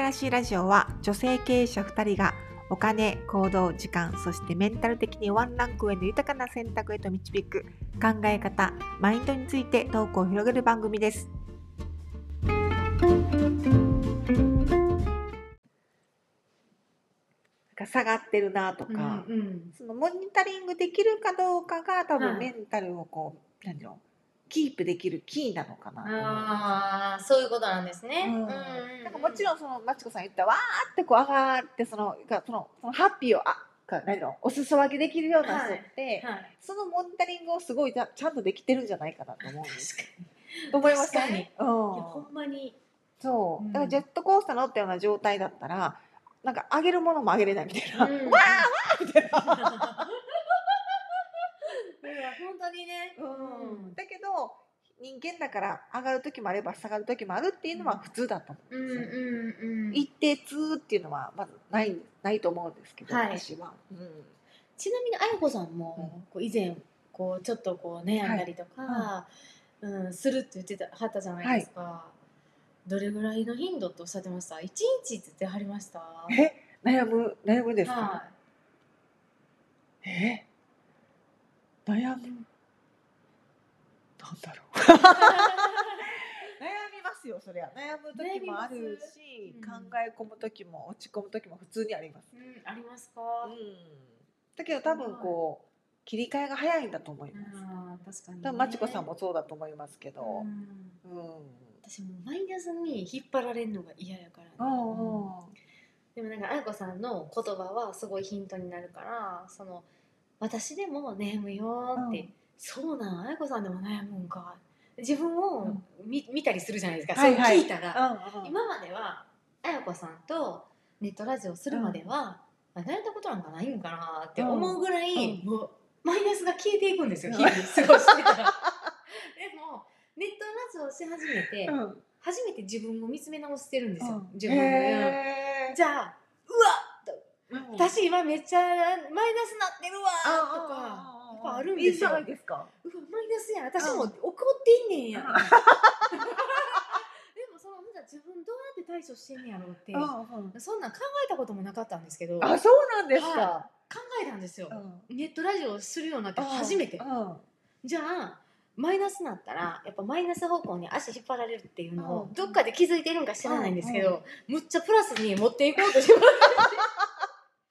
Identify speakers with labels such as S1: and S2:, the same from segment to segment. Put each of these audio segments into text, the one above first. S1: らしいラジオは女性経営者2人がお金、行動、時間、そしてメンタル的にワンランク上の豊かな選択へと導く考え方、マインドについてトークを広げる番組です。なんか下がってるなとか、
S2: うんうん
S1: そのモニタリングできるかどうかが多
S2: は
S1: 分
S2: い
S1: メンタルをこう、何ていうのキープできるキーなのかなと思います。
S2: ああそういうことなんですね。
S1: う
S2: うんんうん
S1: なんかもちろんそのマチコさん言ったわーってこう上がってそのがそのそのハッピーをあか何のお裾分けできるような人って、
S2: はい、
S1: そのモニタリングをすごいちゃちゃんとできてるんじゃないかなと思うん
S2: 確か
S1: です
S2: に。い
S1: と思いましたね。うん、
S2: やほんまに
S1: そううんだからジェットコースター乗ったような状態だったらなんか上げるものも上げれないみたいな、
S2: うん
S1: わーみたい
S2: いや
S1: な。
S2: 本当にね。
S1: うんだけど人間だから上がる時もあれば下がる時もあるっていうのは普通だと思う
S2: うんん
S1: ですよね、
S2: うんうん。
S1: 一定通っていうのはまずないないと思うんですけど、
S2: はい
S1: 私は、う
S2: ちなみにあやこさんも、こう以前こうちょっとこう悩んだりとか、うんするって言ってたはったじゃないですか。どれぐらいの頻度っておっしゃってました？一日って言ってはりました？
S1: ん、え悩む悩むですか、
S2: はい
S1: え悩むなんだろ う悩みますよそりゃ悩む時もあるし
S2: 悩み、ますうん
S1: 考え込む時も落ち込む時も普通にあります、
S2: うんありますか？
S1: うん、だけど多分こう切り替えが早いんだと思います、
S2: あー確かに、ね。
S1: 多分まちこさんもそうだと思いますけど、
S2: うん
S1: うん、
S2: 私もうマイナスに引っ張られるのが嫌やから、ねうん
S1: あ
S2: でもなんかあやこさんの言葉はすごいヒントになるからその私でも悩むよーって、
S1: うん
S2: そうなんあやこさんでも悩むんか自分を見,、見たりするじゃないですか、
S1: はいはい
S2: そう聞いたら、
S1: あ、うんうん、
S2: 今まではあやこさんとネットラジオするまでは、あ慣れたことなんかないんかなって思うぐらい、もうマイナスが消えていくんですよ
S1: うん
S2: 日々過ごしてたらでもネットラジオし始めて、
S1: うん
S2: 初めて自分を見つめ直してるんですよ、
S1: うん
S2: 自分の
S1: へー
S2: じゃあ
S1: うん
S2: 私今めっちゃマイナスなってるわ
S1: あ
S2: ーとか
S1: あ
S2: やっぱあるんですよ
S1: いいじゃないですか。
S2: うわマイナスやん私も
S1: う
S2: 怒ってんねんや、
S1: うん
S2: でもそのじゃあ自分どうやって対処してんねやろうって、
S1: うんうん
S2: そんなん考えたこともなかったんですけど考
S1: あ、そうなんですか。
S2: えたんですよ、
S1: うん
S2: ネットラジオをするようになって初めて、
S1: うんうん
S2: じゃあマイナスになったらやっぱマイナス方向に足引っ張られるっていうの
S1: う
S2: を
S1: ん
S2: どっかで気づいてるんか知らないんですけど、
S1: うん
S2: むっちゃプラスに持っていこうとしますなんか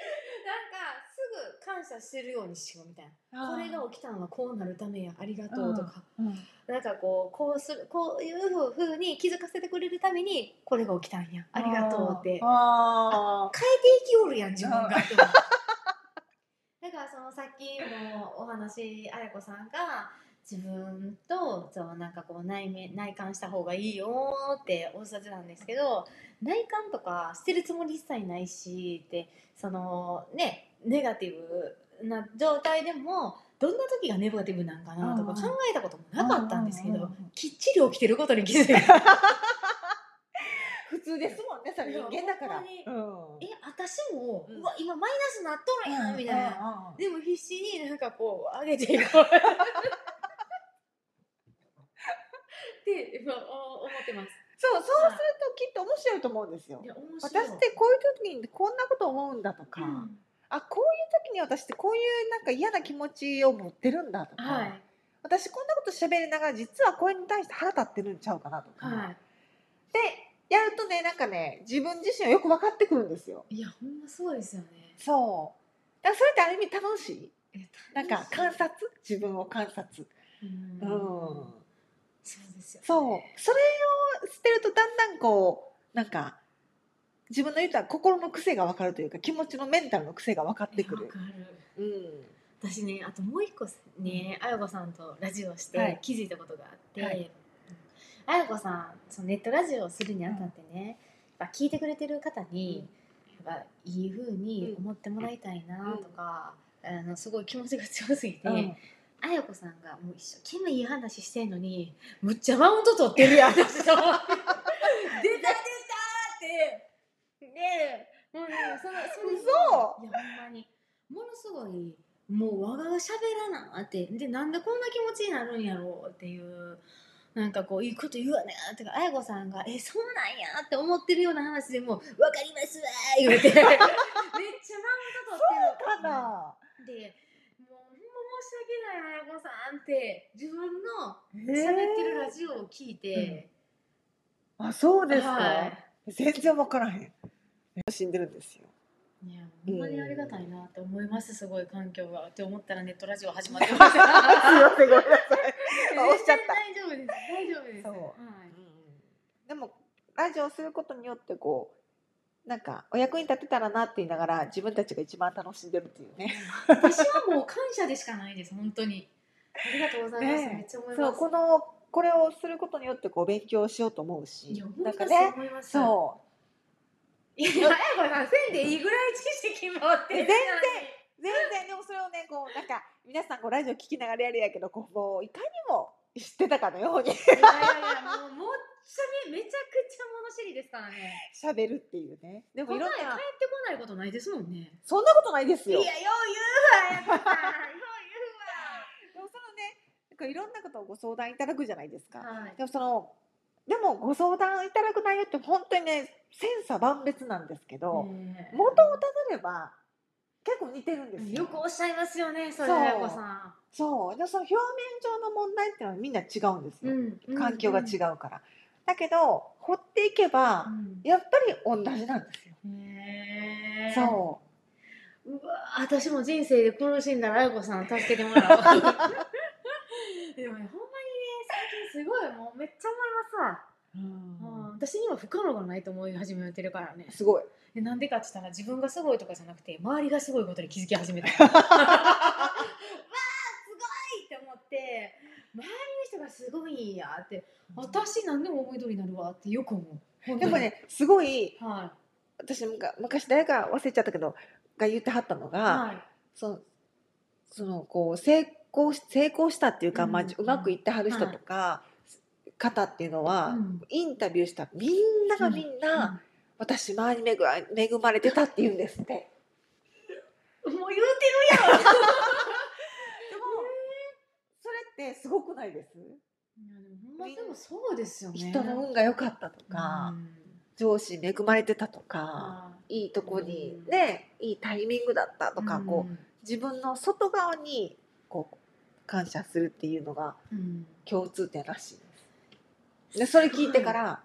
S2: すぐ感謝してるようにしようみたいなこれが起きたのはこうなるためやありがとうとか、
S1: うん
S2: なんかこうこうするこういうふうに気づかせてくれるためにこれが起きたんやありがとうって
S1: あーあ
S2: 変えていきおるやん自分が って思うだからそのさっきもお話あやこさんが自分とそうなんかこう内面内観した方がいいよーっておっしゃってたんですけど内観とかしてるつもり一切ないしってそのねネガティブな状態でもどんな時がネガティブなんかなとか
S1: うん
S2: 考えたこともなかったんですけ
S1: うんうん
S2: ど
S1: うんうん
S2: きっちり起きてることに気 づいた。
S1: ー。普通ですもんね、それ人間だから。
S2: いや
S1: うん
S2: え私も、
S1: う
S2: うんわ今マイナスなっとるやんみたいな、
S1: な。
S2: でも必死になんかこう上げてい こうって今お思ってます
S1: そう、そうするときっと面白いと思うんですよ
S2: い。や面白い
S1: 私ってこういう時にこんなこと思うんだと
S2: う
S1: か、
S2: ん
S1: あ、こういう時に私ってこういうなんか嫌な気持ちを持ってるんだと
S2: は
S1: か
S2: い、
S1: 私こんなこと喋りながら実はこれに対して腹立ってるんちゃうかなとか。
S2: は
S1: でやるとねなんかね自分自身はよく分かってくるんですよ
S2: い、いやほんまそうですよね
S1: そうだからそれってある意味楽しい
S2: え
S1: なんか
S2: 楽しい
S1: 観察自分を観察
S2: うん
S1: うん
S2: そうですよね、
S1: そうそれを捨てるとだんだんこうなんか自分の言ったら心の癖が分かるというか気持ちのメンタルの癖が分かっ
S2: う
S1: てくる、
S2: かる
S1: うん、
S2: 私ねあともう一個ねあやこさんとラジオし
S1: は
S2: て
S1: い
S2: 気づいたことがあって、
S1: は
S2: う
S1: い
S2: んあやこさんそのネットラジオをするにあたってね、やっぱ聞いてくれてる方に、やっぱいい風に思ってもらいたいなとか、あのすごい気持ちが強すぎて、
S1: うん
S2: あやこさんがもう一生懸命いい話してんのにむっちゃマウント取ってるやん私と出た出たってねえもうねそのそれいやほんまにものすごいもうわががしゃべらなってでなんでこんな気持ちになるんやろうっていうなんかこういいこと言うわねとか綾子さんが「えそうなんや」って思ってるような話でも「わかりますわ」言う てめっちゃマウント取ってる
S1: かな
S2: でもうほんま申し訳ない綾子さんって自分の
S1: 喋
S2: 喋ってるラジオを聞いて、
S1: あそうですか、
S2: はい
S1: 全然分からへん死んでるんですよ
S2: いやほんまにありがたいなって思いますすごい環境がって思ったらネットラジオ始まってました
S1: ごめんなさいおっしゃった
S2: 全 然大丈夫です大丈夫です
S1: そう
S2: はい
S1: でもラジオをすることによってこうなんかお役に立てたらなって言いながら自分たちが一番楽しんでるっていうね
S2: 私はもう感謝でしかないです本当にありがとうございます、
S1: ねえ
S2: めっちゃ思います
S1: そうこのこれをすることによってこう勉強しようと思う
S2: い
S1: し
S2: や
S1: な
S2: 本
S1: ん
S2: 当
S1: か
S2: にそう
S1: ね
S2: 思います
S1: そう
S2: いややこさんせんでいいぐらい知識持ってる
S1: 全然 全然でもそれをねこうなんか皆さんこうラジオ聞きながらやるやけどこうもういかにも知ってたかのように
S2: いやいやいやもうもうめめちゃくちゃ物知りですからね
S1: 喋るっていうねでも
S2: 答え
S1: いろん
S2: 返っ
S1: な
S2: てこないことないですもんね
S1: そんなことないです
S2: いや
S1: よ
S2: よう
S1: で
S2: 言うわやこさんよ
S1: もそのねなんかいろんなことをご相談いただくじゃないですか
S2: う言うわはい
S1: でもそのでもご相談いただく内容って本当にね千差万別なんですけど、
S2: ねえ
S1: 元をたどれば結構似てるんですよ。
S2: よくおっしゃいますよねそれ
S1: そう
S2: やこさ
S1: そうでその表面上の問題っていうのはみんな違うんです
S2: ん、
S1: よ、
S2: ん
S1: 環境が違うから。だけど掘っていけば、
S2: うん
S1: やっぱり同じなんですよ。
S2: ねえ
S1: そう
S2: わ私も人生で苦しんだら彩子さんを助けて もらおうでもねほんまにね最近すごいもうめっちゃ
S1: う、
S2: 思いますわ、うん、私には不可能がないと思い始めてるからね
S1: すごい。
S2: でなんでかって言ったら自分がすごいとかじゃなくて周りがすごいことに気づき 始めたわあすごいって思って周りの人がすごいんやって私何でも思い通りになるわってよく思う
S1: でもねすごい
S2: 本当には
S1: 私むか昔誰か忘れちゃったけどが言ってはったのが、
S2: いはい
S1: そのそのこう成功し成功したっていうか、
S2: うん
S1: まあ、うまくいってはる人とか、方っていうのは、
S2: うん
S1: インタビューしたみんながみんな、私周りに恵ま恵まれてたって言うんですって。
S2: うんもう言うてる
S1: でもそれってすごくないです、
S2: いやでもほんまでもそうですよね。
S1: 人の運が良かったとか、
S2: うん
S1: 上司に恵まれてたとか、
S2: あ
S1: いいとこに
S2: うん
S1: ね、いいタイミングだった
S2: ー
S1: とか、こう自分の外側にこう感謝するっていうのが
S2: うん、うん
S1: 共通点らしいです。でそれ聞いてから、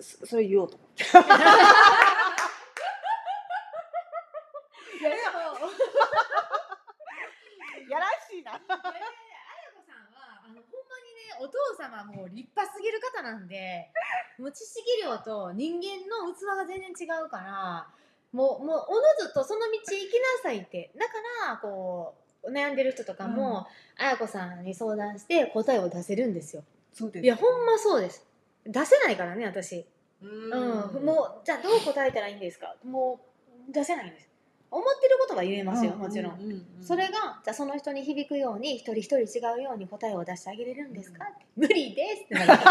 S1: そそれ言おうと思って。
S2: いやでも
S1: やらしいな。
S2: あやこさんはあのほんまにねお父様も立派すぎる方なんで、もう知識量と人間の器が全然違うから、もうもうおのずとその道行きなさいって。だからこう悩んでる人とかも、あやこさんに相談して答えを出せるんですよ。
S1: そうです
S2: いやほんまそうです。出せないからね私。うん、もうじゃあどう答えたらいいんですかもう出せないんです思ってることは言えますよもちろん,、
S1: ううう
S2: それがじゃあその人に響くように一人一人違うように答えを出してあげれるんですか、って無理ですってなる 無理です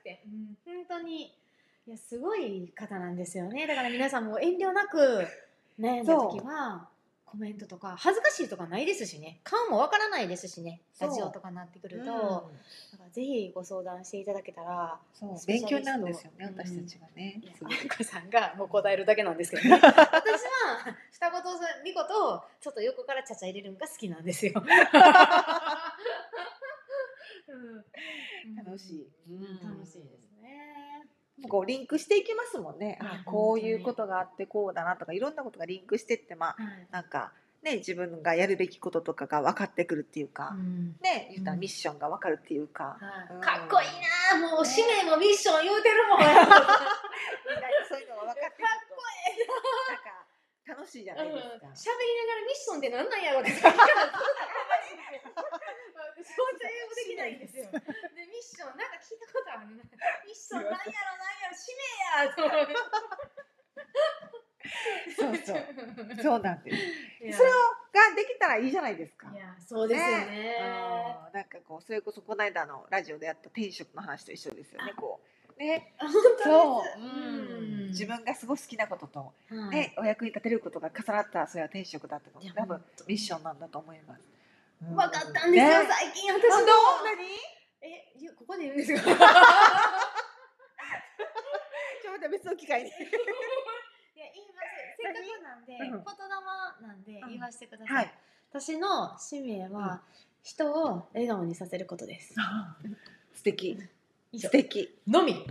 S2: って、うん、本当にいやすごい方なんですよねだから皆さんも遠慮なく悩んだ時はコメントとか恥ずかしいとかないですしね顔もわからないですしねラジオとかになってくると、
S1: うん
S2: だからぜひご相談していただけたら
S1: そう
S2: スペ
S1: 勉
S2: シャ
S1: 強
S2: リスト
S1: なんですよ
S2: う
S1: ね、
S2: ん
S1: 私たちがね
S2: いや。
S1: すごい
S2: あやこさんがもう答えるだけなんですけ どね私は二言三言をちょっと横からちゃちゃ入れるのが好きなんですよ、うん
S1: 楽しい。
S2: 楽しいですね
S1: す。こうリンクしていきますもんね。
S2: いや
S1: あ、こういうことがあってこうだなとか、いろんなことがリンクしてって、まあ
S2: はい
S1: なんかね自分がやるべきこととかが分かってくるっていうか、
S2: うん
S1: ね言ったら
S2: うん
S1: ミッションが分かるっていうか。
S2: はい
S1: うん
S2: かっこいいなあもう使命もミッション言うてるもんやっぱ
S1: みんなにそういうのが分かってくると。なんか楽しいじゃない
S2: 喋り
S1: で
S2: なが
S1: す
S2: らミッ。
S1: か
S2: ションってなんなんやろうっ てずっと考えてて私本当に英語できないんですよ。でミッションなんか聞いたことあるな。ミッションなんやろなんやろ使命やと思って。
S1: そう そう。そうなんです。
S2: いや
S1: それをができたらいいじゃないですか
S2: い。やそうですよね。
S1: うんなんかこうそれこそこの間のラジオでやった転職の話と一緒ですよね。こうね、
S2: 本当
S1: そ
S2: です
S1: う、うん自分がすごい好きなことと、
S2: うんはい
S1: ねお役に立てるることが重なったらそれは転職だってこと
S2: いや
S1: 多分
S2: 本当
S1: ミッションなんだと思います。う
S2: 分
S1: ん
S2: かったんですよ、
S1: ね
S2: 最近私
S1: 本
S2: の
S1: 当何
S2: え言うここで言うんですか
S1: ちょっと別の機 会に。
S2: いや言いませんせっかくなんで、
S1: うん
S2: 言霊なんで
S1: うん
S2: 言わせてください、
S1: はい。
S2: 私の使命
S1: うん
S2: は人を笑顔にさせることです、
S1: 素敵。
S2: 以上
S1: 素敵。
S2: のみ